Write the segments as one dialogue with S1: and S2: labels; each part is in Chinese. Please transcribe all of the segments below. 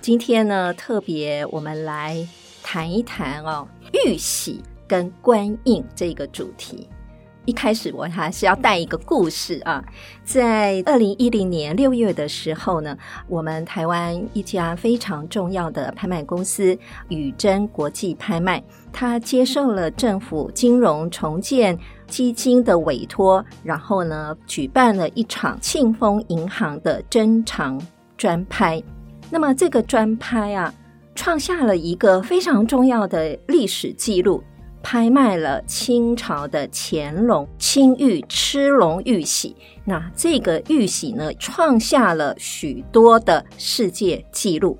S1: 今天呢，特别我们来谈一谈哦，玉玺跟官印这个主题。一开始我还是要带一个故事啊，在二零一零年六月的时候呢，我们台湾一家非常重要的拍卖公司宇珍国际拍卖，它接受了政府金融重建基金的委托，然后呢，举办了一场庆丰银行的珍藏专拍。那么这个专拍啊，创下了一个非常重要的历史记录，拍卖了清朝的乾隆青玉螭龙玉玺。那这个玉玺呢，创下了许多的世界纪录。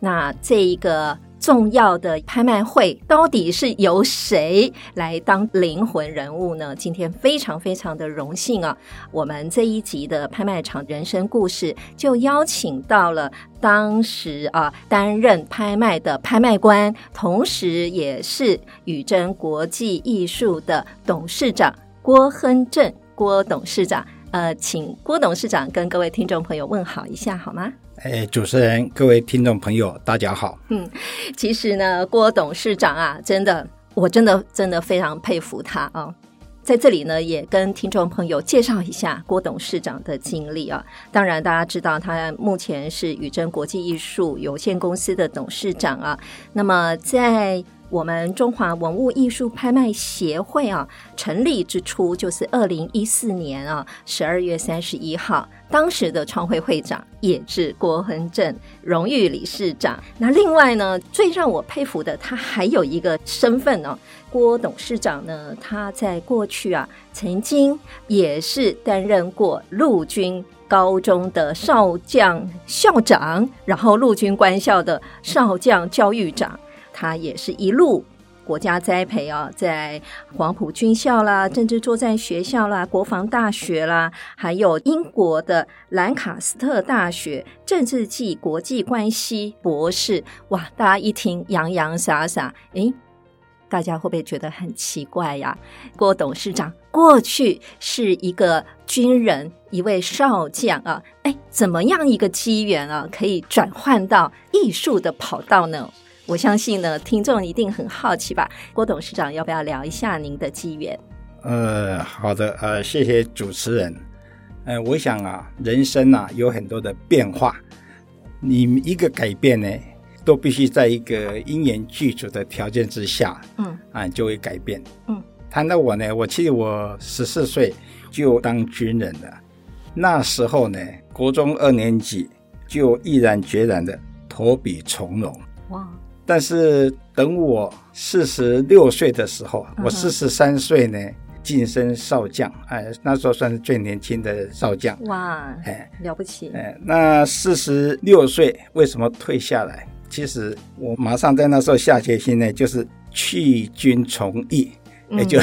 S1: 那这一个重要的拍卖会，到底是由谁来当灵魂人物呢？今天非常非常的荣幸啊，我们这一集的拍卖场人生故事就邀请到了当时啊担任拍卖的拍卖官，同时也是宇珍国际艺术的董事长郭亨正郭董事长。呃，请郭董事长跟各位听众朋友问好一下好吗？
S2: 哎，主持人，各位听众朋友，大家好。
S1: 其实呢，郭董事长啊，真的，我真的真的非常佩服他啊。在这里呢，也跟听众朋友介绍一下郭董事长的经历啊。当然，大家知道他目前是宇珍国际艺术有限公司的董事长啊。那么，在我们中华文物艺术拍卖协会啊成立之初，就是二零一四年啊十二月三十一号，当时的创会会长也是郭亨正荣誉理事长。那另外呢，最让我佩服的，他还有一个身份哦、郭董事长呢，他在过去啊，曾经也是担任过陆军高中的少将校长，然后陆军官校的少将教育长，他也是一路。国家栽培啊，在黄埔军校啦、政治作战学校啦、国防大学啦，还有英国的兰卡斯特大学政治暨国际关系博士。哇，大家一听洋洋洒洒，诶，大家会不会觉得很奇怪呀？郭董事长过去是一个军人，一位少将啊，哎，怎么样一个机缘啊，可以转换到艺术的跑道呢？我相信呢，听众一定很好奇吧？郭董事长，要不要聊一下您的机缘？
S2: 呃，好的，呃，谢谢主持人。呃，我想啊，人生啊有很多的变化，你一个改变呢，都必须在一个因缘具足的条件之下
S1: 嗯
S2: 啊，就会改变。
S1: 嗯，
S2: 谈到我呢，我其实我十四岁就当军人了，那时候呢，国中二年级就毅然决然的投笔从戎。
S1: 哇，
S2: 但是等我四十六岁的时候，啊
S1: 嗯哼
S2: 我四十三岁呢，晋升少将，哎，那时候算是最年轻的少将，
S1: 哇，
S2: 哎
S1: 了不起！
S2: 哎，那四十六岁为什么退下来？其实我马上在那时候下决心呢，就是去军从艺，
S1: 嗯
S2: 也哎就，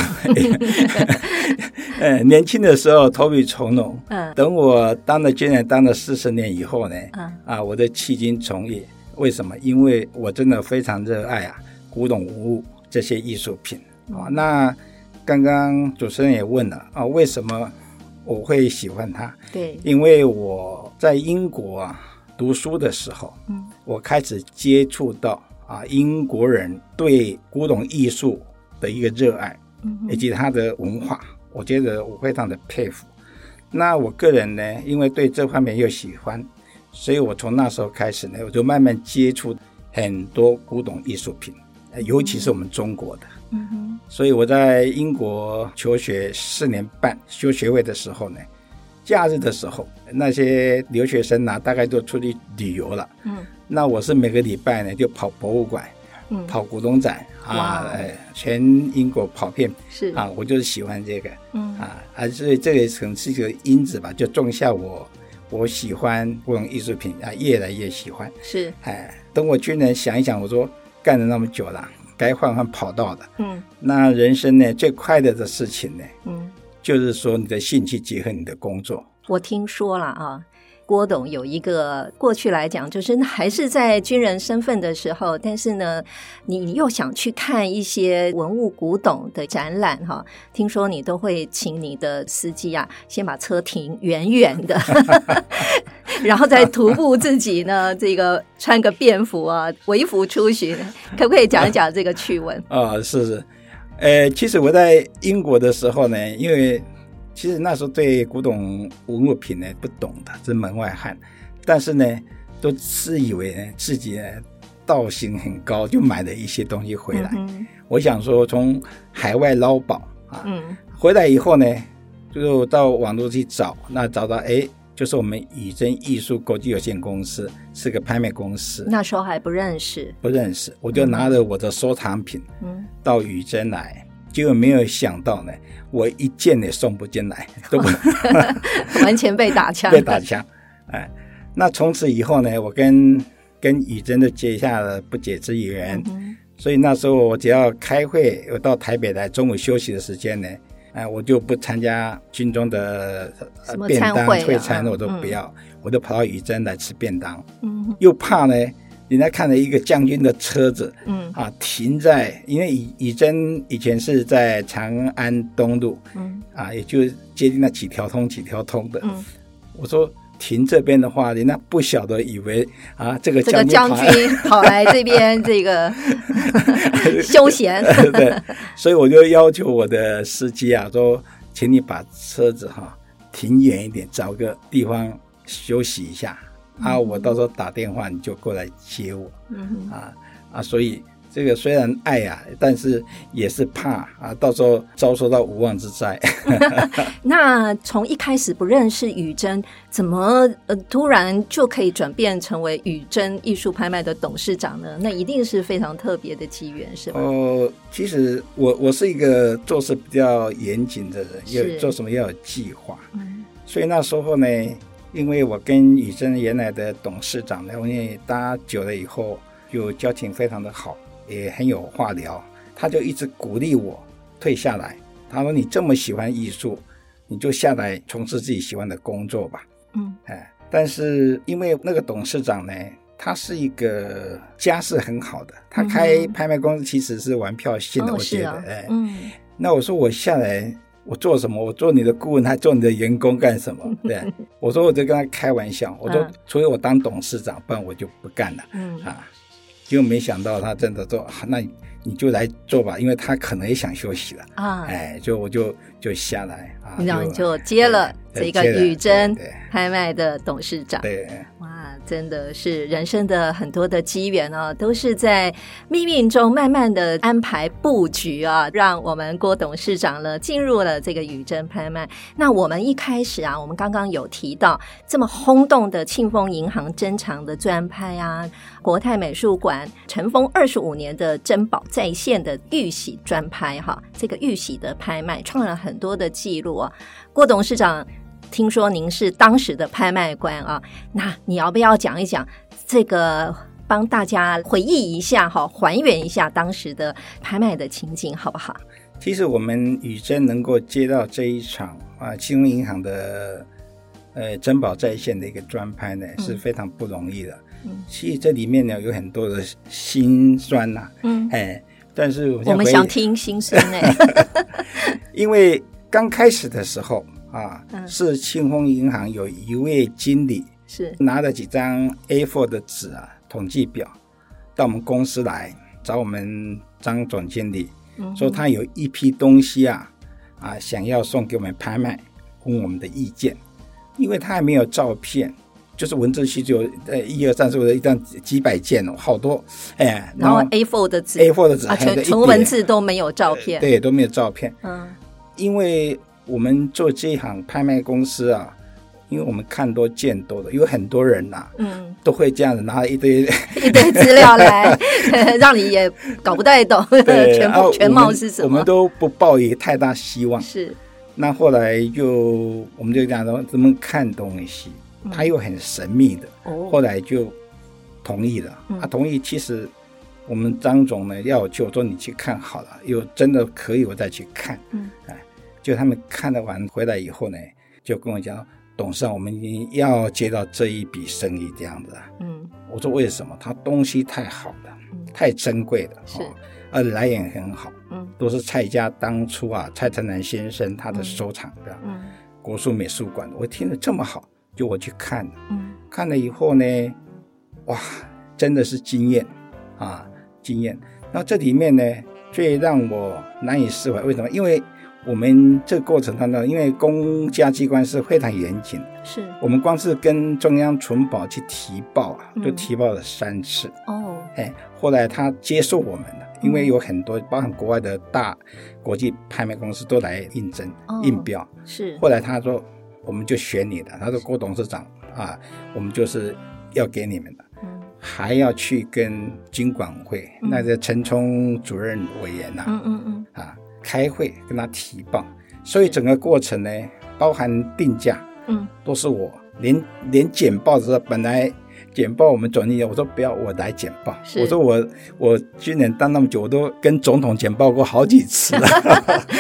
S2: 呃、年轻的时候投笔从戎，
S1: 嗯
S2: 等我当了军人，当了四十年以后呢，
S1: 嗯
S2: 啊，我的迄今从艺。为什么？因为我真的非常热爱啊古董文物这些艺术品啊。那刚刚主持人也问了啊，为什么我会喜欢它？
S1: 对，
S2: 因为我在英国啊读书的时候，
S1: 嗯
S2: 我开始接触到啊英国人对古董艺术的一个热爱。
S1: 嗯
S2: 以及它的文化，我觉得我非常的佩服。那我个人呢，因为对这方面又喜欢，所以我从那时候开始呢，我就慢慢接触很多古董艺术品，呃尤其是我们中国的。
S1: 嗯哼，
S2: 所以我在英国求学四年半，修学位的时候呢，假日的时候，那些留学生呢、大概都出去旅游了。
S1: 嗯
S2: 那我是每个礼拜呢，就跑博物馆，
S1: 嗯，
S2: 跑古董展
S1: 哇哦
S2: 啊，呃全英国跑遍
S1: 是
S2: 啊，我就是喜欢这个
S1: 嗯
S2: 啊，啊，所以这个可能是一个因子吧，就种下我我喜欢古董艺术品啊，越来越喜欢。
S1: 是，
S2: 哎，等我军人想一想，我说干了那么久了，该换换跑道的。
S1: 嗯
S2: 那人生呢，最快乐的事情呢，
S1: 嗯，
S2: 就是说你的兴趣结合你的工作。
S1: 我听说了啊，郭董有一个过去来讲，就是还是在军人身份的时候，但是呢，你你又想去看一些文物古董的展览哈、听说你都会请你的司机啊，先把车停远远 的，然后再徒步自己呢，这个穿个便服啊，微服出巡，可不可以讲一讲这个趣闻？
S2: 啊、是是，呃，其实我在英国的时候呢，因为其实那时候对古董文物品呢不懂的，是门外汉，但是呢，都自以为呢自己呢道行很高，就买了一些东西 回来。
S1: 嗯
S2: 我想说从海外捞宝啊，
S1: 嗯
S2: 回来以后呢，就到网络去找，那找到哎，就是我们宇珍艺术国际有限公司是个拍卖公司，
S1: 那时候还不认识，
S2: 不认识，我就拿着我的收藏品。
S1: 嗯，
S2: 到雨珍来，结果没有想到呢，我一件也送不进来，
S1: 哦
S2: 都不
S1: 完全被打枪，
S2: 被打枪。哎，那从此以后呢，我跟跟雨珍就结下了不解之缘。
S1: 嗯
S2: 所以那时候我只要开会，我到台北来，中午休息的时间呢，哎，我就不参加军中的、呃
S1: 什么
S2: 便
S1: 餐
S2: 当
S1: 会啊
S2: 会餐，我都
S1: 嗯
S2: 不要，我就跑到雨珍来吃便当，
S1: 嗯
S2: 又怕呢，人家看了一个将军的车子，
S1: 嗯
S2: 啊，停在因为以以真以前是在长安东路
S1: 嗯
S2: 啊，也就接近那几条通几条通的。
S1: 嗯，
S2: 我说停这边的话，人家不晓得以为啊这个
S1: 这个
S2: 将
S1: 将
S2: 军
S1: 军 跑来这边这 个休闲，
S2: 跑来 对，所以我就要求我的司机啊，说请你把车子哈、停远一点，找个地方休息一下啊，我到时候打电话你就过来接我。
S1: 嗯
S2: 啊啊，所以这个虽然爱啊，但是也是怕啊，到时候遭受到无妄之灾。
S1: 那从一开始不认识雨珍，怎么呃突然就可以转变成为雨珍艺术拍卖的董事长呢？那一定是非常特别的机缘，是吧？
S2: 哦，其实我我是一个做事比较严谨的人，
S1: 是
S2: 有做什么要有计划，
S1: 嗯
S2: 所以那时候呢。因为我跟雨珍原来的董事长呢，因为搭久了以后，就交情非常的好，也很有话聊。他就一直鼓励我退下来，他说：“你这么喜欢艺术，你就下来从事自己喜欢的工作吧。”
S1: 嗯
S2: 哎，但是因为那个董事长呢，他是一个家世很好的，他开
S1: 嗯哼
S2: 拍卖公司其实是玩票性的，
S1: 哦
S2: 我觉
S1: 是
S2: 得。
S1: 啊
S2: 哎，
S1: 嗯
S2: 那我说我下来，我做什么？我做你的顾问，还做你的员工干什么？ 对，啊我说我就跟他开玩笑，我说
S1: 嗯
S2: 除非我当董事长，不然我就不干了
S1: 嗯
S2: 啊。结果没想到他真的说，啊那你你就来做吧，因为他可能也想休息了。
S1: 啊，
S2: 哎，就我就就下来啊，
S1: 然后你就接了这
S2: 对
S1: 个
S2: 哎接了哎
S1: 雨珍
S2: 对
S1: 拍卖的董事长。
S2: 对。对
S1: 哇，真的是人生的很多的机缘哦，都是在命运中慢慢的安排布局啊，让我们郭董事长呢进入了这个宇珍拍卖。那我们一开始啊，我们刚刚有提到这么轰动的庆丰银行珍藏的专拍啊，国泰美术馆尘封二十五年的珍宝再现的玉玺专拍哈，这个玉玺的拍卖创了很多的记录啊。郭董事长，听说您是当时的拍卖官啊，那你要不要讲一讲这个，帮大家回忆一下哈，还原一下当时的拍卖的情景，好不好？
S2: 其实我们宇珍能够接到这一场啊，金融银行的呃珍宝在线的一个专拍呢，是非常不容易的。
S1: 嗯
S2: 其实这里面呢有很多的辛酸呐、
S1: 嗯，
S2: 哎，但是我
S1: 我们
S2: 回忆
S1: 想听心声 哎、
S2: 因为刚开始的时候啊，
S1: 嗯
S2: 是庆丰银行有一位经理
S1: 是，
S2: 拿了几张 A4 的纸啊，统计表到我们公司来找我们张总经理，
S1: 嗯
S2: 说他有一批东西啊啊想要送给我们拍卖，问我们的意见，因为他还没有照片，就是文字区只有呃一二三四五的一张几百件哦，好多哎，
S1: 然后
S2: 后
S1: A4 的纸
S2: A4 的纸
S1: 啊，
S2: 还有一
S1: 全
S2: 叠
S1: 纯文字都没有照片，
S2: 对都没有照片，
S1: 嗯
S2: 因为我们做这一行拍卖公司啊，因为我们看多见多的，有很多人啊呐、
S1: 嗯，
S2: 都会这样子拿一 堆，
S1: 一堆资料来， 让你也搞不太懂
S2: 对，
S1: 全
S2: 啊
S1: 部全
S2: 我
S1: 貌
S2: 们
S1: 是什
S2: 我
S1: 么
S2: 们。都不抱以太大希望。
S1: 是，
S2: 那后来就我们就讲说怎么看东西，
S1: 嗯
S2: 他又很神秘的，
S1: 哦
S2: 后来就同意了。
S1: 嗯
S2: 他同意，其实我们张总呢要我去，我说你去看好了，有真的可以我再去看。
S1: 嗯，
S2: 哎，就他们看了完回来以后呢，就跟我讲，董事长，我们已经要接到这一笔生意这样子啊。
S1: 嗯
S2: 我说为什么？他东西太好了，
S1: 嗯
S2: 太珍贵了，
S1: 是
S2: 哦，而来源很好，
S1: 嗯
S2: 都是蔡家当初啊蔡成南先生他的收藏的、
S1: 嗯
S2: 国术美术馆。我听了这么好，就我去看了。
S1: 嗯
S2: 看了以后呢，哇，真的是惊艳啊，惊艳。那这里面呢，最让我难以释怀，为什么？因为我们这个过程当中，因为公家机关是非常严谨，
S1: 是
S2: 我们光是跟中央存保去提报啊，
S1: 嗯
S2: 就提报了三次。
S1: 哦
S2: 哎，后来他接受我们了。因
S1: 嗯
S2: 为有很多，包含国外的大国际拍卖公司都来应征、
S1: 哦
S2: 应标，
S1: 是
S2: 后来他说，我们就选你的。他说，郭董事长啊，我们就是要给你们的，
S1: 嗯
S2: 还要去跟经管会、
S1: 嗯
S2: 那个陈冲主任委员呐、
S1: 嗯嗯嗯
S2: 啊开会跟他提报，所以整个过程呢，包含定价
S1: 嗯
S2: 都是我，连连简报的时候本来。简报我们总经理，我说不要我来简报，
S1: 是
S2: 我说我我军人当那么久，我都跟总统简报过好几次了。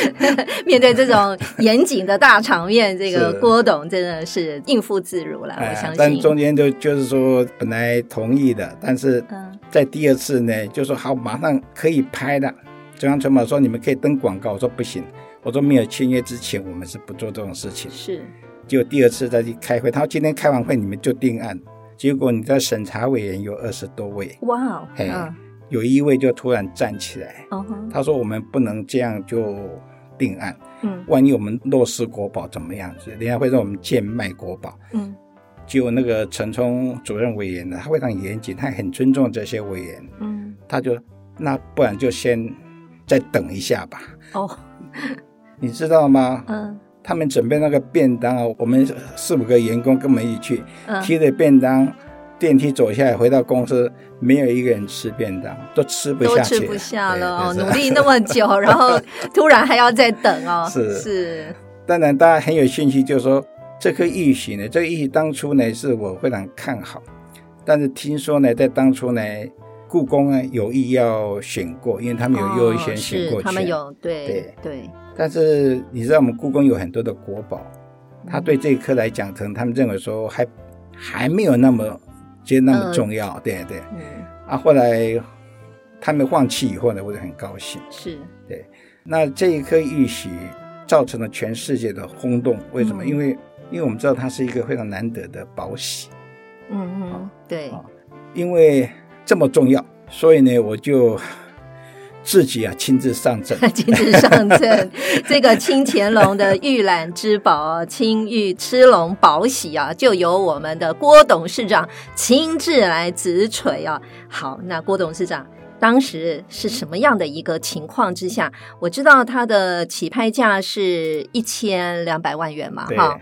S1: 面对这种严谨的大场面，这个
S2: 是
S1: 郭董真的是应付自如了， 我
S2: 哎
S1: 相
S2: 但
S1: 信。
S2: 中间就就是说本来同意的，但是
S1: 嗯
S2: 在第二次呢，就说好，马上可以拍了。中央城堡说你们可以登广告，我说不行，我说没有签约之前我们是不做这种事情。
S1: 是
S2: 结果第二次再去开会，他说今天开完会你们就定案，结果你的审查委员有二十多位，
S1: 哇哦，
S2: 嘿
S1: 嗯
S2: 有一位就突然站起来，
S1: 哦哼
S2: 他说我们不能这样就定案，
S1: 嗯
S2: 万一我们弱势国宝怎么样子，人家会让我们贱卖国宝。
S1: 嗯
S2: 就那个陈冲主任委员呢，他非常严谨，他很尊重这些委员，
S1: 嗯
S2: 他就那不然就先再等一下吧，
S1: 哦
S2: 你知道吗？
S1: 嗯
S2: 他们准备那个便当啊，我们四五个员工跟我们一起去，
S1: 嗯
S2: 提着便当，电梯走下来回到公司，没有一个人吃便当，都吃不
S1: 都
S2: 下去，
S1: 吃不下
S2: 对
S1: 了哦，
S2: 对
S1: 努
S2: 是
S1: 力那么久，然 后突然还要再等哦，
S2: 是
S1: 是，
S2: 当然，大家很有兴趣，就是说这颗玉玺呢，这个玉玺当初呢是我非常看好，但是听说呢，在当初呢，故宫呢有意要选过，因为他们有优先选
S1: 哦是
S2: 过去、
S1: 他们有对
S2: 对
S1: 对，
S2: 但是你知道，我们故宫有很多的国宝，他
S1: 嗯
S2: 对这一颗来讲，可能他们认为说还还没有那么觉得那么
S1: 嗯
S2: 重要，对对。
S1: 嗯
S2: 啊，后来他们放弃以后呢，我就很高兴。
S1: 是
S2: 那这一颗玉玺造成了全世界的轰动，为什么？
S1: 嗯
S2: 因为因为我们知道它是一个非常难得的宝玺，
S1: 嗯嗯对
S2: 好因为这么重要，所以呢，我就自己啊亲自上阵。
S1: 金字上阵，这个清乾隆的玉览之宝啊青玉吃龙宝玺啊，就由我们的郭董事长亲自来直锤啊。好，那郭董事长。当时是什么样的一个情况之下？我知道它的起拍价是一千两百万元嘛，
S2: 对，
S1: 哈，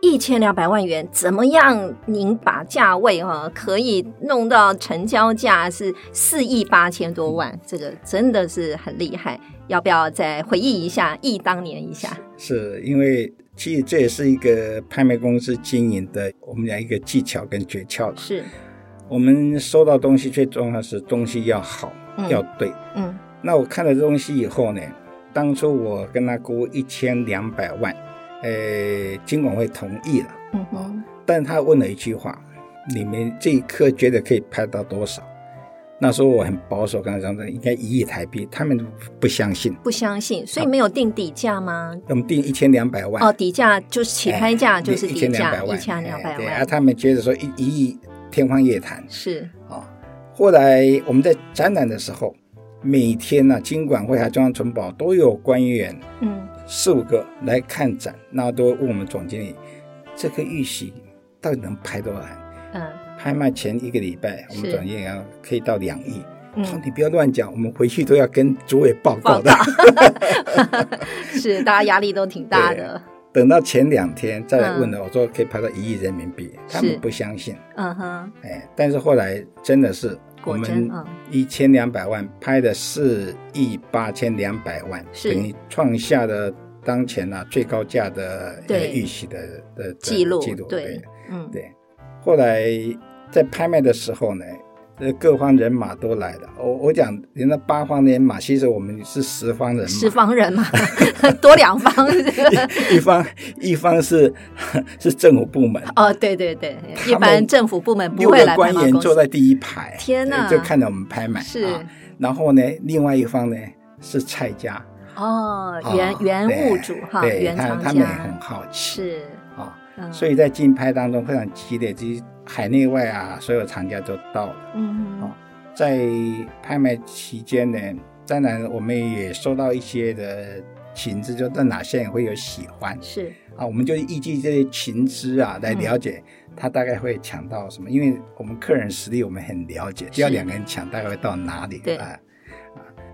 S1: 一千两百万元，怎么样？您把价位哈、可以弄到成交价是四亿八千多万，这个真的是很厉害。要不要再回忆一下忆当年一下？
S2: 是因为其实这也是一个拍卖公司经营的，我们讲一个技巧跟诀窍。
S1: 是，
S2: 我们收到东西最重要是东西要好，
S1: 嗯
S2: 要对。
S1: 嗯
S2: 那我看了这东西以后呢，当初我跟他估一千两百万，呃，金管会同意了，
S1: 嗯哼，
S2: 但他问了一句话：你们这一颗觉得可以拍到多少？那时候我很保守，跟他讲的应该一亿台币，他们不相信。
S1: 不相信，所以没有定底价吗？
S2: 我们定一千两百万，
S1: 哦，底价就是起
S2: 哎
S1: 拍价就是
S2: 一
S1: 底
S2: 千两
S1: 价
S2: 百万，
S1: 一千两
S2: 哎
S1: 百
S2: 对啊，
S1: 万，
S2: 他们觉得说一一亿天方夜谭
S1: 是，
S2: 啊、后来我们在展览的时候，每天呢、金管会还中央存保都有官员
S1: 嗯
S2: 四五个来看展，那都问我们总经理，这个玉玺到底能拍多少？
S1: 嗯
S2: 拍卖前一个礼拜，我们
S1: 是
S2: 总经理要可以到两亿。他说
S1: 嗯，
S2: 你不要乱讲，我们回去都要跟主委报告的。
S1: 是，大家压力都挺大
S2: 对
S1: 的，
S2: 等到前两天再来问
S1: 嗯
S2: 了，我说可以拍到一亿人民币，他们不相信。
S1: 嗯哼，
S2: 哎，但是后来真的是我
S1: 果真
S2: 们
S1: 嗯
S2: 一千两百万拍的四亿八千两百万，
S1: 是
S2: 等于创下了当前啊最高价的呃
S1: 对
S2: 玉玺的的
S1: 记录
S2: 记录
S1: 对，嗯
S2: 对，后来在拍卖的时候呢，呃，各方人马都来了。我我讲，人家八方人马，其实我们是十方人马。
S1: 十方人嘛， 多两方。
S2: 一一方一方是 是政府部门，
S1: 哦，对对对，
S2: 他
S1: 一般
S2: 们
S1: 政府部门不
S2: 六
S1: 会
S2: 个
S1: 来拍
S2: 官
S1: 卖
S2: 员
S1: 公
S2: 坐
S1: 司。
S2: 在第一排，
S1: 天哪
S2: 呃就看着我们拍卖。
S1: 是
S2: 啊然后呢，另外一方呢是蔡家，
S1: 哦，
S2: 啊
S1: 原原
S2: 对
S1: 物主哈，
S2: 对
S1: 原
S2: 他
S1: 厂
S2: 他们也很
S1: 家
S2: 好奇
S1: 是，
S2: 啊，
S1: 嗯
S2: 所以在竞拍当中非常激烈，就是海内外啊，所有厂家都到了。
S1: 嗯哼
S2: 哦在拍卖期间呢，当然我们也收到一些的情资，就在哪些人会有喜欢
S1: 是
S2: 啊，我们就依据这些情资啊
S1: 嗯
S2: 来了解他大概会抢到什么，因为我们客人实力我们很了解，只要两个人抢大概会到哪里
S1: 对
S2: 啊。啊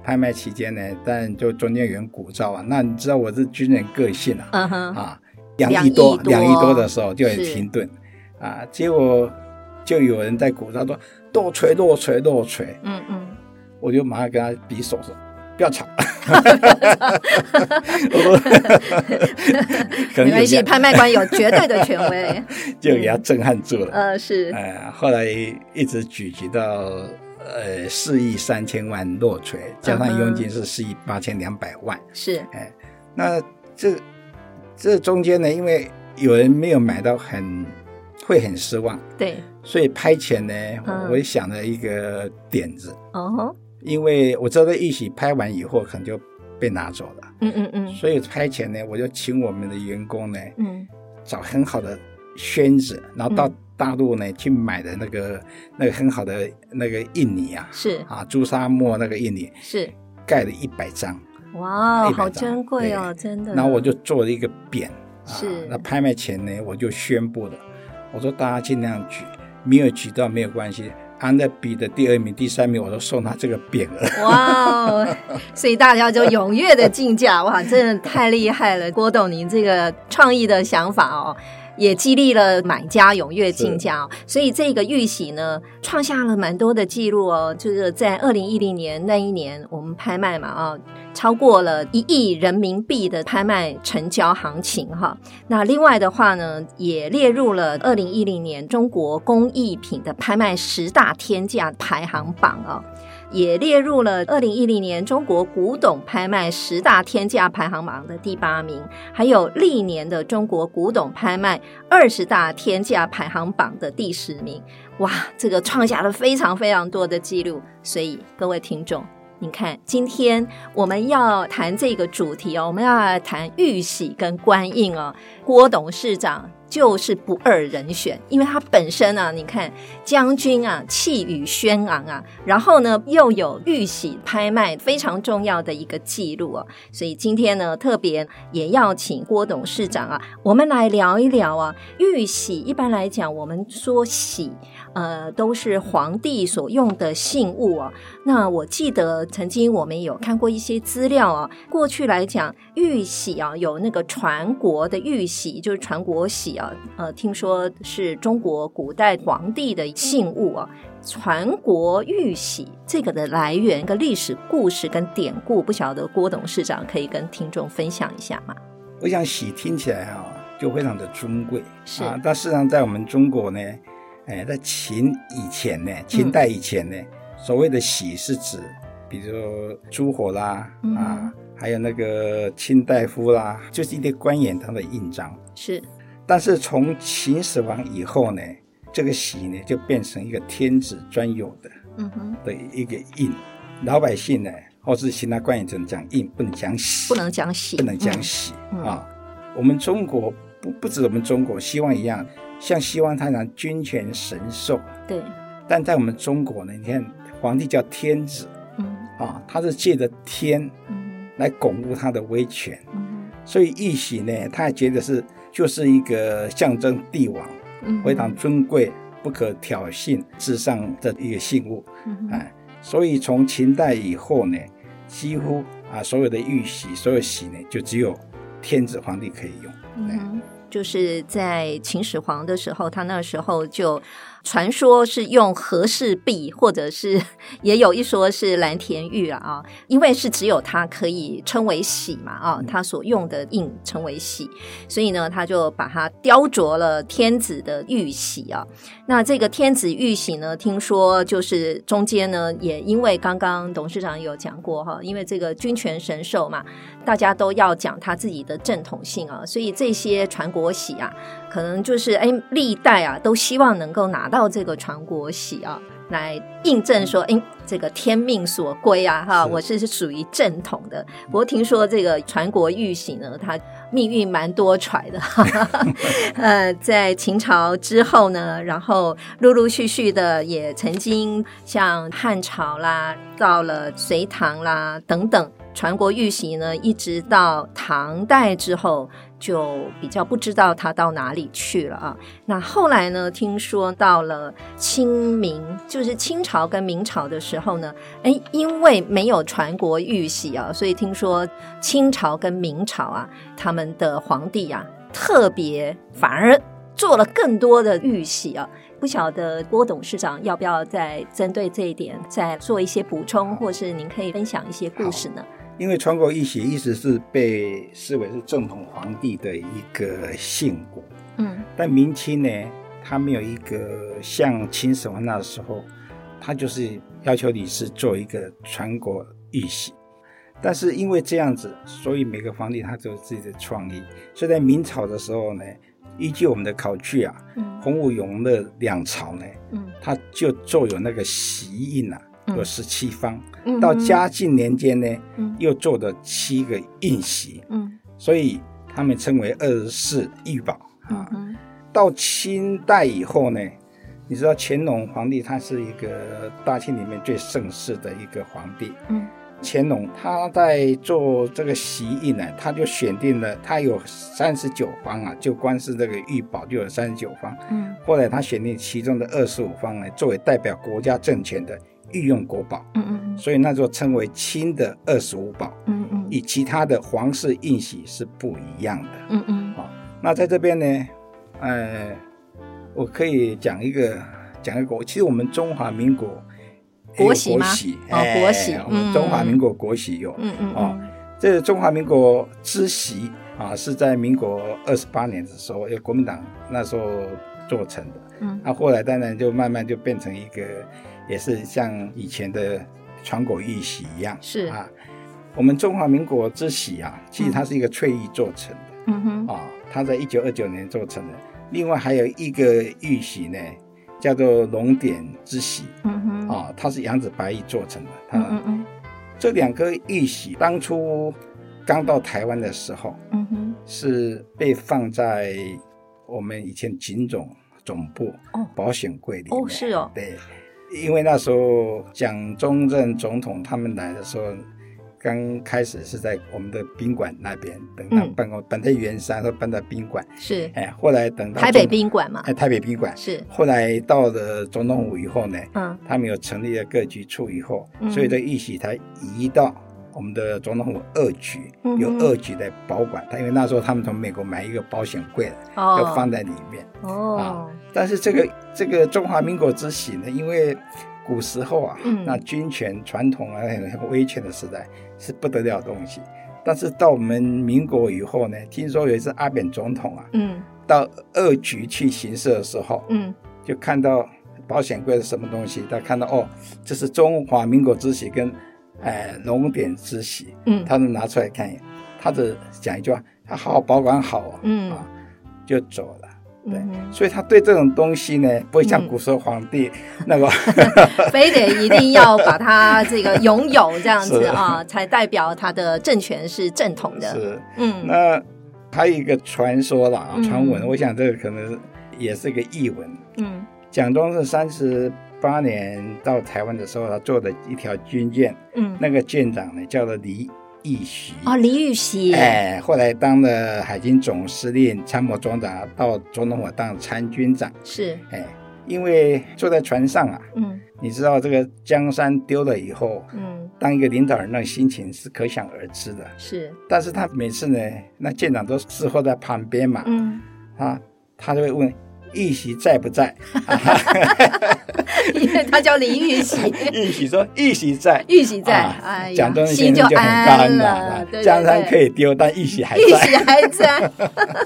S2: 拍卖期间呢，当然就中间有人鼓噪啊。那你知道我是军人个性啊，
S1: 嗯哼，
S2: 啊，两
S1: 两
S2: 亿多
S1: 亿多
S2: 两亿多的时候就很
S1: 是
S2: 停顿啊，结果就有人在鼓噪说落锤落锤落锤，
S1: 嗯嗯，
S2: 我就马上跟他比手说不 要吵， 可能
S1: 没关
S2: 有
S1: 系，
S2: 些
S1: 拍卖官有绝对的权威。
S2: 就给他震撼住了。
S1: 呃， 是，
S2: 呃，后来一直举举到呃四亿三千万落锤，加上佣金是四亿八千两百万。
S1: 是，
S2: 那这这中间呢，因为有人没有买到很会很失望，
S1: 对，
S2: 所以拍前呢，
S1: 嗯
S2: 我我也想了一个点子，
S1: 哦吼，
S2: 因为我知道一起拍完以后可能就被拿走了，
S1: 嗯嗯嗯
S2: 所以拍前呢，我就请我们的员工呢
S1: 嗯，
S2: 找很好的宣纸，然后到
S1: 嗯
S2: 大陆呢去买的那个那个很好的那个印泥啊
S1: 是
S2: 啊朱砂墨那个印泥
S1: 是，
S2: 盖了一百张，
S1: 哇，
S2: 100
S1: 好
S2: 张
S1: 珍贵哦，
S2: 对
S1: 真的。
S2: 然后我就做了一个匾，啊
S1: 是
S2: 那拍卖前呢，我就宣布了，我说大家尽量举，没有举到没有关系，安德比的第二名、第三名，我都送他这个匾额。
S1: 哇哦！所以大家就踊跃的竞价，哇，真的太厉害了！郭董，您这个创意的想法哦，也激励了买家踊跃竞价哦。所以这个玉玺呢，创下了蛮多的记录哦，就是在二零一零年那一年，我们拍卖嘛啊、哦，超过了一亿人民币的拍卖成交行情哈、那另外的话呢，也列入了二零一零年中国工艺品的拍卖十大天价排行榜哦。也列入了二零一零年中国古董拍卖十大天价排行榜的第八名，还有历年的中国古董拍卖二十大天价排行榜的第十名。哇，这个创下了非常非常多的记录。所以各位听众，您看，今天我们要谈这个主题哦，我们要来谈玉玺跟官印哦。郭董事长就是不二人选，因为他本身啊，你看将军啊，气宇轩昂啊，然后呢又有玉玺拍卖非常重要的一个记录哦，所以今天呢特别也要请郭董事长啊，我们来聊一聊啊，玉玺一般来讲，我们说玺。呃，都是皇帝所用的信物哦。那我记得曾经我们有看过一些资料啊，过去来讲玉玺啊，有那个传国的玉玺，就是传国玺啊，呃，听说是中国古代皇帝的信物啊。传国玉玺这个的来源、跟历史故事跟典故，不晓得郭董事长可以跟听众分享一下吗？
S2: 我想喜听起来啊，就非常的尊贵，
S1: 是
S2: 啊。但事实上，在我们中国呢，哎，在秦以前呢，
S1: 嗯
S2: 秦代以前呢，所谓的喜是指，比如说诸侯啦，
S1: 嗯
S2: 啊，还有那个卿大夫啦，就是一些官员他的印章。
S1: 是
S2: 但是从秦始皇以后呢，这个玺呢就变成一个天子专有的
S1: 嗯哼，
S2: 的一个印，老百姓呢或是其他官员只能讲印，不能讲玺，
S1: 不能讲玺，
S2: 不能讲玺
S1: 嗯
S2: 啊。我们中国不不止我们中国，希望一样，像西方他讲君权神授，
S1: 嗯对，
S2: 但在我们中国呢，你看皇帝叫天子
S1: 嗯
S2: 啊，他是借着天
S1: 嗯
S2: 来巩固他的威权，
S1: 嗯
S2: 所以玉玺呢，他也觉得是就是一个象征帝王。
S1: 嗯
S2: 非常尊贵、不可挑衅、至上的一个信物。
S1: 嗯
S2: 哎，所以从秦代以后呢，几乎啊所有的玉玺、所有玺呢，就只有天子皇帝可以用。
S1: 嗯哼，就是在秦始皇的时候，他那时候就传说是用和氏璧，或者是也有一说是蓝田玉了啊，因为是只有它可以称为玺嘛啊，它所用的印称为玺，所以呢，他就把它雕琢了天子的玉玺啊。那这个天子玉玺呢，听说就是中间呢，也因为刚刚董事长有讲过哈，因为这个君权神授嘛，大家都要讲他自己的正统性啊，所以这些传国玺啊，可能就是哎历代啊都希望能够拿到这个传国玺啊。来印证说，哎，这个天命所归啊，哈，
S2: 是
S1: 我是是属于正统的。不过听说这个传国玉玺呢，它命运蛮多舛的， 哈哈。呃，在秦朝之后呢，然后陆陆续续的也曾经像汉朝啦，到了隋唐啦等等，传国玉玺呢，一直到唐代之后。就比较不知道它到哪里去了啊。那后来呢，听说到了清明，就是清朝跟明朝的时候呢，哎，因为没有传国玉玺啊，所以听说清朝跟明朝啊，他们的皇帝啊，特别反而做了更多的玉玺啊。不晓得郭董事长要不要再针对这一点再做一些补充，或是您可以分享一些故事呢？
S2: 因为传国玉玺一直是被视为是正统皇帝的一个信物，
S1: 嗯
S2: 但明清呢，他没有一个像秦始皇那时候，他就是要求李斯做一个传国玉玺。但是因为这样子，所以每个皇帝他都有自己的创意。所以在明朝的时候呢，依据我们的考据啊，
S1: 嗯
S2: 洪武、永乐两朝呢，
S1: 嗯
S2: 他就做有那个玺印啊，
S1: 嗯
S2: 有十七方。
S1: 嗯
S2: 到嘉靖年间呢，
S1: 嗯
S2: 又做了七个印玺，
S1: 嗯
S2: 所以他们称为二十四玉宝
S1: 嗯
S2: 啊。
S1: 嗯
S2: 到清代以后呢，你知道乾隆皇帝他是一个大清里面最盛世的一个皇帝。
S1: 嗯
S2: 乾隆他在做这个玺印呢，他就选定了，他有三十九方啊，就光是这个玉宝就有三十九方。
S1: 嗯
S2: 后来他选定其中的二十五方呢，作为代表国家政权的御用国宝，
S1: 嗯
S2: 所以那就称为清的二十五宝，
S1: 嗯嗯
S2: 与其他的皇室印玺是不一样的。
S1: 嗯嗯
S2: 那在这边呢，呃，我可以讲一个讲一个，其实我们中华民国也有
S1: 国玺吗哦
S2: 哎
S1: 国玺
S2: 我们
S1: 嗯
S2: 中华民国国玺有，
S1: 嗯嗯
S2: 哦
S1: 嗯
S2: 这个中华民国之玺啊，是在民国二十八年的时候，由国民党那时候做成的。
S1: 嗯
S2: 那后来当然就慢慢就变成一个，也是像以前的传国玉玺一样，
S1: 是
S2: 啊。我们中华民国之玺啊，其实它是一个翠玉做成的。
S1: 嗯哼
S2: 啊、它在一九二九年做成的。另外还有一个玉玺呢，叫做龙典之玺
S1: 嗯哼
S2: 啊、它是羊子白玉做成的。它、
S1: 嗯嗯
S2: 这两颗玉玺当初刚到台湾的时候，
S1: 嗯嗯
S2: 是被放在我们以前警总总部
S1: 哦
S2: 保险柜里面。
S1: 哦是哦
S2: 对，因为那时候蒋中正总统他们来的时候，刚开始是在我们的宾馆那边，等到
S1: 嗯
S2: 办公、本来圆山，都搬到宾馆。
S1: 是
S2: 哎，后来等到
S1: 台北
S2: 总
S1: 宾馆嘛
S2: 哎台北宾馆，
S1: 是
S2: 后来到了总统府以后呢，
S1: 嗯
S2: 他们有成立了各局处以后，
S1: 嗯
S2: 所以这玉玺才移到我们的总统府二局，
S1: 嗯哼
S2: 由二局来保管。他因为那时候他们从美国买一个保险柜来，就
S1: 哦
S2: 放在里面。
S1: 哦
S2: 但是这个这个中华民国之玺呢，因为古时候啊，
S1: 嗯
S2: 那军权传统啊很很威权的时代是不得了的东西。但是到我们民国以后呢，听说有一次阿扁总统啊，
S1: 嗯
S2: 到二局去巡视的时候，
S1: 嗯
S2: 就看到保险柜是什么东西，他看到哦，这是中华民国之玺跟呃龙典之玺，
S1: 嗯
S2: 他就拿出来看一眼，他就讲一句话，他好好保管好啊，
S1: 嗯
S2: 啊，就走了。对，
S1: 嗯
S2: 所以他对这种东西呢，不会像
S1: 嗯
S2: 古时候皇帝、 那个
S1: 非得一定要把它这个拥有这样子
S2: 是
S1: 啊，才代表他的政权是正统的。
S2: 是。
S1: 嗯
S2: 那还有一个传说啦，啊
S1: 嗯
S2: 传闻，我想这个可能也是个译文。
S1: 嗯
S2: 蒋中正三十八年到台湾的时候，他做的一条军舰，
S1: 嗯
S2: 那个舰长呢叫做黎义徐。
S1: 哦，李玉玺
S2: 哎，后来当了海军总司令、参谋总长，到总统府当参军长。
S1: 是
S2: 哎，因为坐在船上啊，
S1: 嗯
S2: 你知道这个江山丢了以后，
S1: 嗯
S2: 当一个领导人那心情是可想而知的。
S1: 是
S2: 但是 他每次呢，那舰长都伺候在旁边嘛，
S1: 嗯
S2: 啊，他就会问：玉玺在不在？
S1: 因为他叫林玉 玺，
S2: 玉玺说玉玺在，
S1: 玉玺在，
S2: 啊
S1: 哎呀，
S2: 蒋中正
S1: 心
S2: 先生就很
S1: 安
S2: 干啊
S1: 了，对对
S2: 江山
S1: 对
S2: 可以丢，但玉玺还
S1: 玉
S2: 在。
S1: 玺还在。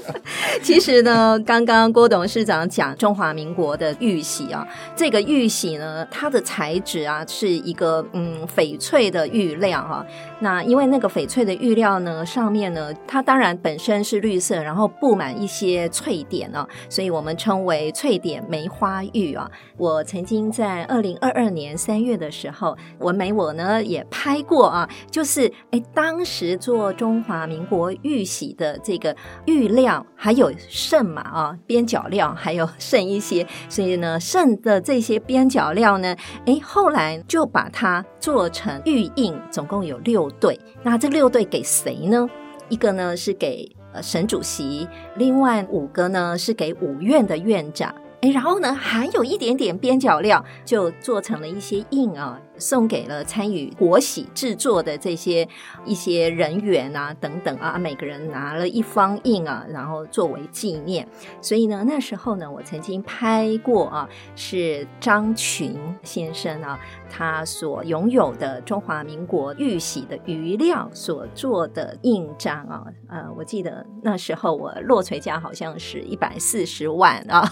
S1: 其实呢，刚刚郭董事长讲中华民国的玉玺啊，这个玉玺呢，它的材质啊是一个嗯翡翠的玉料哈、那因为那个翡翠的玉料呢，上面呢，它当然本身是绿色，然后布满一些翠点啊，所以我们称为翠点梅花玉啊。我曾经在二零二二年三月的时候，文美我呢也拍过啊，就是哎，当时做中华民国玉玺的这个玉料，还有剩嘛啊，边角料还有剩一些，所以呢，剩的这些边角料呢，哎，后来就把它做成玉印，总共有六对。那这六对给谁呢？一个呢是给呃沈主席，另外五个呢是给五院的院长。哎，然后呢，还有一点点边角料，就做成了一些印啊，送给了参与国玺制作的这些一些人员啊等等啊，每个人拿了一方印啊，然后作为纪念。所以呢，那时候呢，我曾经拍过啊，是张群先生啊，他所拥有的中华民国玉玺的余料所做的印章啊，呃，我记得那时候我落锤价好像是一百四十万啊，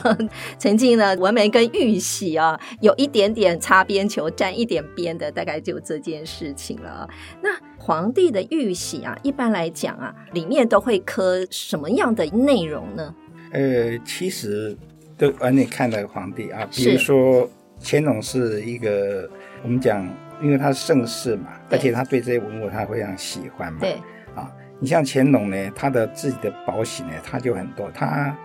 S1: 曾经呢，文梅跟玉玺啊有一点点擦边球，沾一点边的，大概就这件事情了啊。那皇帝的玉玺啊，一般来讲啊，里面都会刻什么样的内容呢？
S2: 呃，其实都完全看到皇帝啊，比
S1: 是
S2: 如说乾隆是一个，我们讲，因为他是盛世嘛，
S1: 对
S2: 而且他对这些文物他非常喜欢嘛。
S1: 对，
S2: 你像乾隆呢，他的自己的宝玺呢，他就很多。他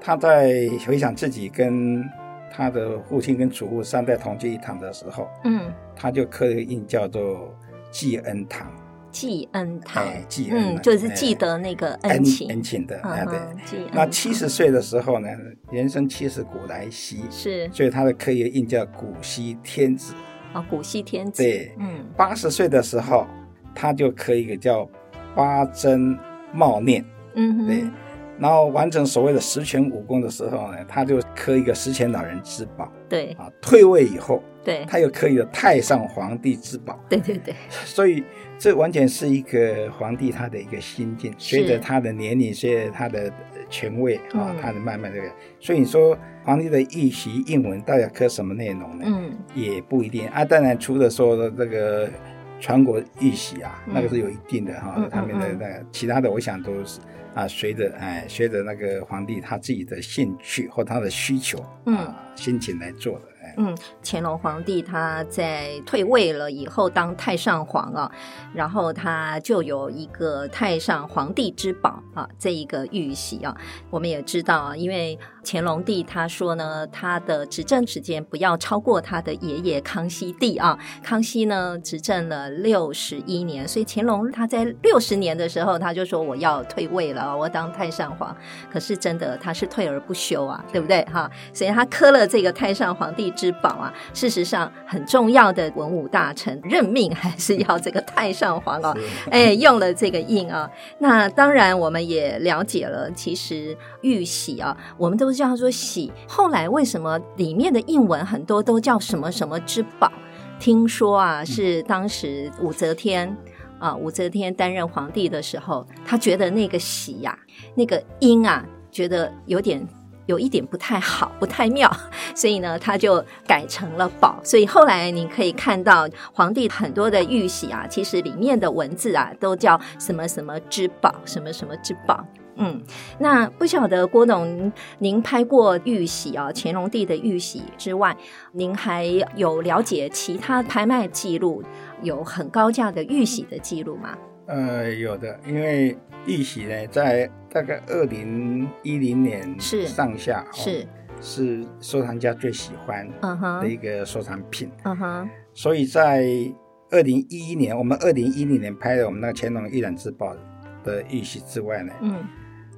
S2: 他在回想自己跟他的父亲跟祖父三代同居一堂的时候，
S1: 嗯，
S2: 他就刻了一个印叫做济恩堂，
S1: 记恩堂，
S2: 哎，济恩啊、
S1: 嗯，就是
S2: 哎
S1: 记得那个
S2: 恩
S1: 恩情，
S2: 恩情的，哎、
S1: 嗯
S2: 对。
S1: 哼，记恩
S2: 那
S1: 堂
S2: 七十岁的时候呢，人生七十古来稀，
S1: 是
S2: 所以他的刻意印叫古稀天子。
S1: 啊，古稀天子，
S2: 对，
S1: 嗯，
S2: 八十岁的时候，他就刻一个叫八珍茂念。
S1: 嗯哼，
S2: 对，然后完成所谓的十全武功的时候呢，他就刻一个十全老人之宝
S1: 对
S2: 啊。退位以后，
S1: 对
S2: 他又刻一个太上皇帝之宝，
S1: 对对对，
S2: 所以这完全是一个皇帝他的一个心境，
S1: 是
S2: 随着他的年龄，随着他的呃权位啊
S1: 嗯，
S2: 他的慢慢这个。所以你说皇帝的玉玺印文到底要刻什么内容呢？
S1: 嗯，
S2: 也不一定啊。当然，除了说的这个传国玉玺啊，
S1: 嗯
S2: 那个是有一定的哈、
S1: 嗯嗯
S2: 他们的那个其他的，我想都是啊，随着哎，随着那个皇帝他自己的兴趣或他的需求，
S1: 嗯
S2: 啊，心情来做的。哎，
S1: 乾隆皇帝他在退位了以后当太上皇啊，然后他就有一个太上皇帝之宝啊，这一个玉玺啊，我们也知道啊，因为乾隆帝他说呢，他的执政时间不要超过他的爷爷康熙帝啊，康熙呢执政了六十一年，所以乾隆他在六十年的时候他就说我要退位了，我要当太上皇，可是真的他是退而不休啊，对不对哈？所以他刻了这个太上皇帝之宝啊。事实上，很重要的文武大臣任命还是要这个太上皇啊，
S2: 是
S1: 哎，用了这个印啊。那当然，我们也了解了，其实玉玺啊，我们都叫它做玺。后来为什么里面的印文很多都叫什么什么之宝？听说啊，是当时武则天。啊，武则天担任皇帝的时候，她觉得那个玺呀、那个音啊，觉得有点有一点不太好，不太妙，所以呢，他就改成了宝。所以后来你可以看到皇帝很多的玉玺啊，其实里面的文字啊，都叫什么什么之宝，什么什么之宝。嗯，那不晓得郭董，您拍过玉玺啊，乾隆帝的玉玺之外，您还有了解其他拍卖记录有很高价的玉玺的记录吗？
S2: 呃，有的，因为玉玺呢，在大概二零一零年
S1: 是
S2: 上下、哦、
S1: 是，
S2: 是收藏家最喜欢
S1: 嗯
S2: 的一
S1: 哼，
S2: 个收藏品。
S1: 嗯哼，
S2: 所以在二零一一年，我们二零一零年拍的我们那个乾隆一览之宝的玉玺之外呢，
S1: 嗯，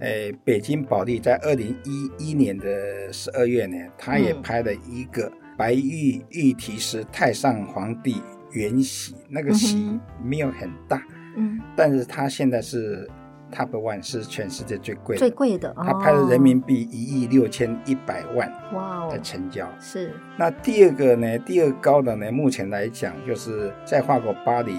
S2: 诶、北京保利在二零一一年的十二月呢，他也拍了一个白玉玉题诗太上皇帝原玺，那个玺
S1: 嗯
S2: 没有很大，
S1: 嗯，
S2: 但是它现在是 Top One 是全世界最贵的，
S1: 最贵哦的，
S2: 他拍了人民
S1: 币，
S2: 币一亿六千一百万
S1: 哇
S2: 的
S1: 哦，
S2: 成交。
S1: 是
S2: 那第二个呢？第二高的呢？目前来讲，就是在法国巴黎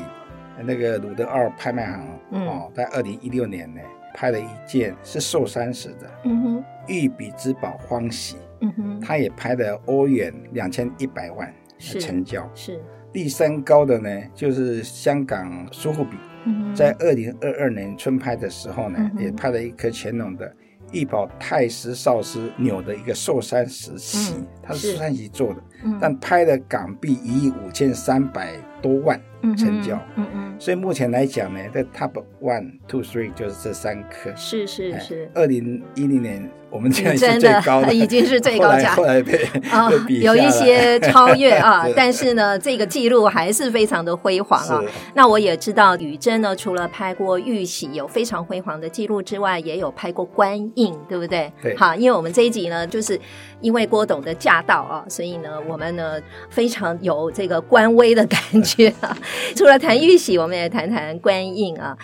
S2: 呃那个鲁德奥拍卖行、
S1: 嗯
S2: 哦，在二零一六年呢拍了一件是寿三十的
S1: 嗯哼，
S2: 玉比之宝欢喜，
S1: 嗯哼，
S2: 他也拍了欧元两千一百万
S1: 是
S2: 成交。
S1: 是，
S2: 第三高的呢，就是香港苏富比，
S1: 嗯哼，
S2: 在二零二二年春拍的时候呢，
S1: 嗯哼
S2: 也拍了一颗乾隆的一宝太师少师钮的一个寿山石玺，
S1: 嗯
S2: 它是
S1: 是
S2: 寿山石做的，
S1: 嗯
S2: 但拍了港币一亿五千三百多万。
S1: 嗯哼
S2: 成交
S1: 嗯嗯，
S2: 所以目前来讲呢，在 top one two three 就是这三颗。哎
S1: 是是是，
S2: 二零一零年我 们这样
S1: 真
S2: 是
S1: 的
S2: 最高 的，
S1: 已经是最高价
S2: 后来后来被、
S1: 啊
S2: 被，比
S1: 有
S2: 下
S1: 一
S2: 来
S1: 些超越啊
S2: 是，
S1: 但是呢，这个记录还是非常的辉煌啊。
S2: 是
S1: 那我也知道，雨珍呢，除了拍过玉玺有非常辉煌的记录之外，也有拍过官印，对不对？
S2: 对
S1: 好，因为我们这一集呢，就是因为郭董的驾到啊，所以呢，我们呢 非常有这个官威的感觉 啊。除了谈玉玺，我们也谈谈官印啊。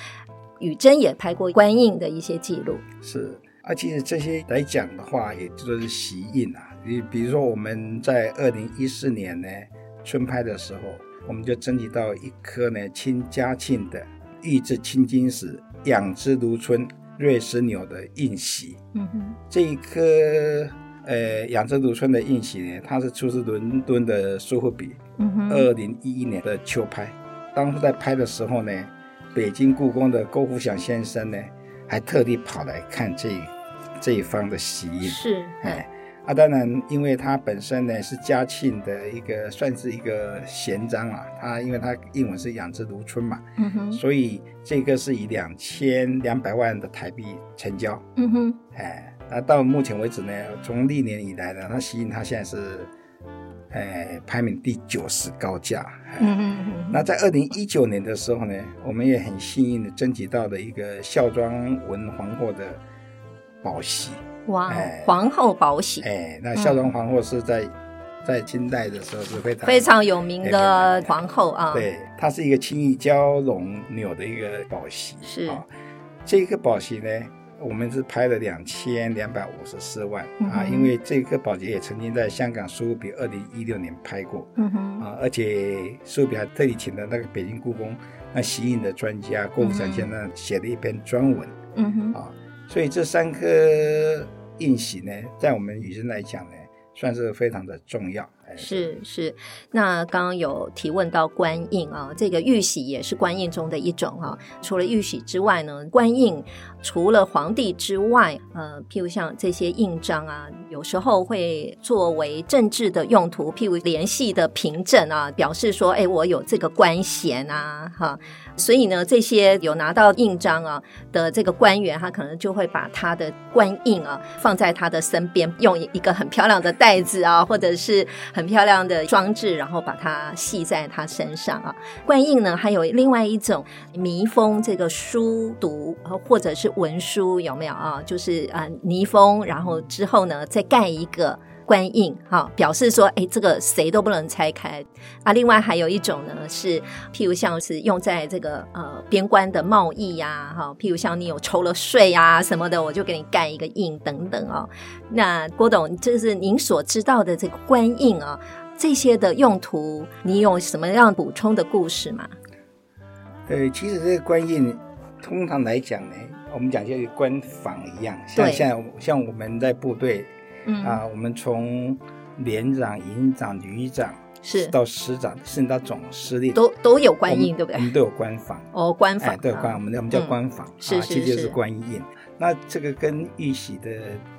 S1: 雨珍也拍过官印的一些记录，
S2: 是，啊，其实这些来讲的话，也就是习印啊。你比如说，我们在二零一四年呢春拍的时候，我们就征集到一颗呢清嘉庆的玉质青金石，养之如春瑞石钮的印玺。
S1: 嗯哼，
S2: 这一颗呃养之如春的印玺呢，它是出自伦敦的苏富比
S1: 嗯哼，
S2: 二零一一年的秋拍。当初在拍的时候呢，北京故宫的郭福祥先生呢，还特地跑来看这一这一方的玺印。
S1: 是，
S2: 哎，啊，当然，因为它本身呢是嘉庆的一个算是一个闲章啊，它因为它英文是养之如春嘛，
S1: 嗯哼，
S2: 所以这个是以两千两百万的台币成交。
S1: 嗯哼，
S2: 哎，那到目前为止呢，从历年以来呢，它吸引它现在是，哎，排名第九十高价。哎
S1: 嗯哼，
S2: 那在二零一九年的时候呢，我们也很幸运的征集到了一个孝庄文皇后的宝玺。
S1: 哇，
S2: 哎
S1: 皇后宝玺。
S2: 哎，那孝庄皇后是在、在清代的时候是非常
S1: 非常有名的
S2: 哎非常
S1: 皇后啊，
S2: 对，它是一个青玉交融钮的一个宝玺。
S1: 是
S2: 啊这个宝玺呢，我们是拍了两千两百五十四万、
S1: 嗯
S2: 啊，
S1: 哼
S2: 因为这个宝玺也曾经在香港苏富比二零一六年拍过
S1: 嗯哼，
S2: 啊，而且苏富比还特地请了那个北京故宫那吸引的专家郭富城先生写了一篇专文。
S1: 嗯哼，
S2: 啊，所以这三颗印玺呢，在我们女生来讲呢，算是非常的重要。哎，
S1: 是是。那刚刚有提问到官印啊，这个玉玺也是官印中的一种啊。除了玉玺之外呢，官印除了皇帝之外，呃，譬如像这些印章啊，有时候会作为政治的用途，譬如联系的凭证啊，表示说，哎，我有这个官衔啊，哈。所以呢，这些有拿到印章啊的这个官员，他可能就会把他的官印啊放在他的身边，用一个很漂亮的袋子啊，或者是很漂亮的装置，然后把它系在他身上啊。官印呢，还有另外一种泥封这个书读呃或者是文书有没有啊？就是啊泥封，然后之后呢再盖一个。官印哈、表示说，哎，这个谁都不能拆开啊。另外还有一种呢，是譬如像是用在这个呃边关的贸易呀、哈、譬如像你有抽了税呀、什么的，我就给你盖一个印等等哦。那郭董，就是您所知道的这个官印啊、这些的用途，你有什么样补充的故事吗？
S2: 呃，其实这个官印，通常来讲呢，我们讲就是官房一样，像
S1: 对
S2: 像像我们在部队
S1: 嗯，
S2: 啊，我们从连长、营长、旅长，
S1: 是
S2: 到师长，甚至到总司令，
S1: 都都有官
S2: 我
S1: 印，
S2: 们
S1: 对不
S2: 我
S1: 对？
S2: 们都有官房。
S1: 哦，官
S2: 哎，
S1: 方
S2: 对官，我们我们叫
S1: 嗯
S2: 官房，
S1: 是
S2: 啊，
S1: 是
S2: 其实就是是官印。那这个跟玉玺的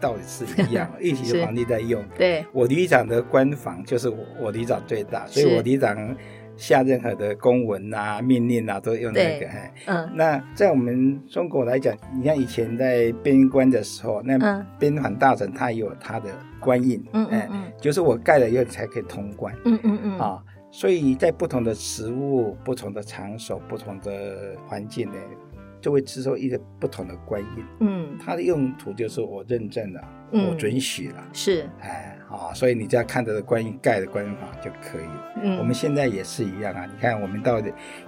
S2: 道理是 一样，玉玺
S1: 是
S2: 是皇帝在用的，
S1: 对，
S2: 我旅长的官房就是我我旅长最大，所
S1: 是
S2: 以我旅长下任何的公文啊、命令啊，都用那
S1: 对
S2: 个。哎
S1: 嗯
S2: 那在我们中国来讲，你看以前在边关的时候，那
S1: 嗯
S2: 边防大臣他也有他的官印，
S1: 嗯
S2: 哎
S1: 嗯嗯
S2: 就是我盖了以后才可以通关、
S1: 嗯嗯嗯，
S2: 啊。所以在不同的食物、不同的场所、不同的环境呢，就会吃出一个不同的官印。
S1: 嗯
S2: 它的用途就是我认证了，
S1: 嗯
S2: 我准许了，
S1: 是
S2: 哎，啊、啊，所以你只要看得到观音盖的观音法就可以了。
S1: 嗯，
S2: 我们现在也是一样啊，你看我们到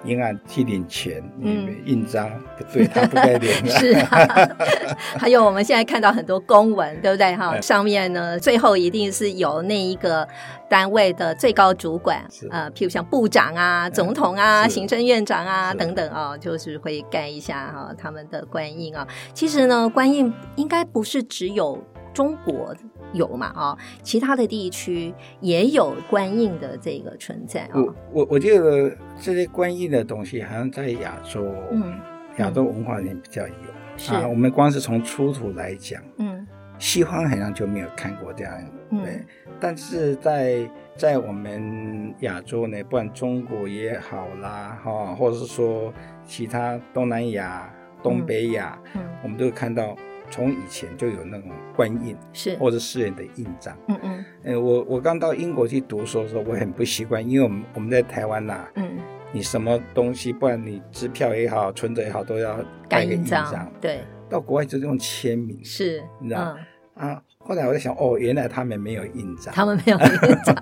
S2: 银行去领钱，
S1: 嗯
S2: 你印章，对他不该 领啊。
S1: 是啊， 还有我们现在看到很多公文，对不对哈？
S2: 嗯
S1: 上面呢，最后一定是由那一个单位的最高主管
S2: 是，哎
S1: 呃，譬如像部长啊、总统啊、
S2: 是
S1: 行政院长啊
S2: 是
S1: 等等哦，就是会盖一下哈、他们的官印啊、其实呢，官印应该不是只有中国有嘛啊、哦，其他的地区也有官印的这个存在啊、
S2: 我我我觉得这些观音的东西，好像在亚洲，
S1: 嗯，
S2: 亚洲文化里面比较有
S1: 是，
S2: 啊。我们光是从出土来讲，
S1: 嗯
S2: 西方好像就没有看过这样，
S1: 嗯
S2: 对。但是在在我们亚洲呢，不管中国也好啦，哈、或者是说其他东南亚、东北亚，
S1: 嗯，
S2: 我们都会看到，从以前就有那种官印
S1: 是，
S2: 或者私人的印章。
S1: 嗯嗯
S2: 呃，我我刚到英国去读书的时候，我很不习惯，因为我们我们在台湾呐、
S1: 嗯，
S2: 你什么东西，不然你支票也好，存折也好，都要
S1: 盖
S2: 盖个
S1: 印
S2: 印
S1: 章
S2: 章。，
S1: 对，
S2: 到国外就用签名
S1: 是，
S2: 你知道
S1: 嗯
S2: 啊。后来我在想，哦，原来他们没有印章。
S1: 他们没有印章，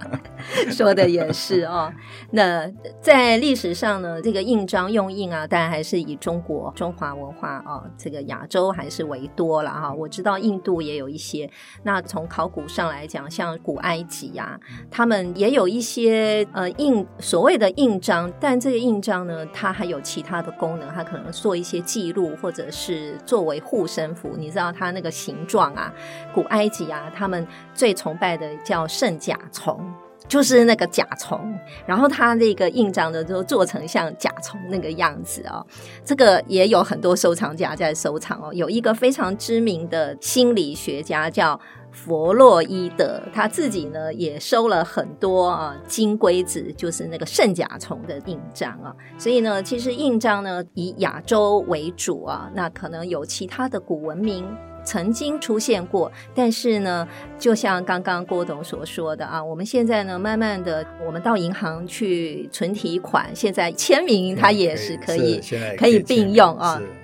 S1: 说的也是哦。 那在历史上呢，这个印章用印啊，当然还是以中国中华文化哦，这个亚洲还是为多了哈、我知道印度也有一些。那从考古上来讲，像古埃及呀、他们也有一些呃印所谓的印章，但这个印章呢，它还有其他的功能，它可能做一些记录，或者是作为护身符。你知道它那个形状啊，古埃及啊，他们最崇拜的叫圣甲虫，就是那个甲虫。然后它那个印章呢，就做成像甲虫那个样子哦。这个也有很多收藏家在收藏哦。有一个非常知名的心理学家叫。弗洛伊德他自己呢也收了很多啊金龟子，就是那个圣甲虫的印章啊，所以呢，其实印章呢以亚洲为主啊，那可能有其他的古文明。曾经出现过，但是呢，就像刚刚郭董所说的啊，我们现在呢，慢慢的，我们到银行去存提款，现在签名它也是可以
S2: 是现在也
S1: 可以并用啊
S2: 签名是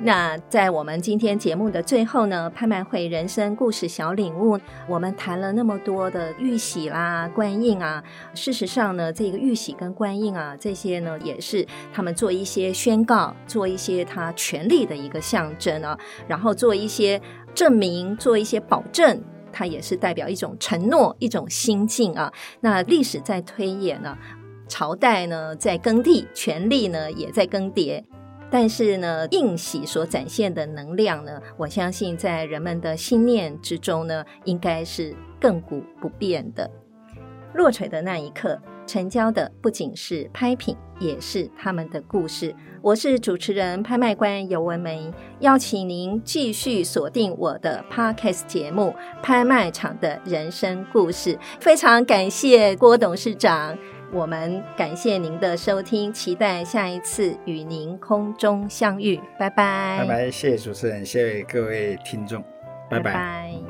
S1: 那在我们今天节目的最后呢，拍卖会人生故事小领悟，我们谈了那么多的玉玺啦、官印啊，事实上呢，这个玉玺跟官印啊，这些呢也是他们做一些宣告，做一些他权利的一个象征啊，然后做一些证明，做一些保证。它也是代表一种承诺，一种心境啊。那历史在推演呢、朝代呢在更替，权力呢也在更迭。但是呢，印玺所展现的能量呢，我相信在人们的信念之中呢，应该是亘古不变的。落锤的那一刻，成交的不仅是拍品，也是他们的故事。我是主持人、拍卖官尤文梅，邀请您继续锁定我的 Podcast 节目《拍卖场的人生故事》。非常感谢郭董事长。我们感谢您的收听，期待下一次与您空中相遇，拜拜，
S2: 拜拜，谢谢主持人，谢谢各位听众，拜拜
S1: 拜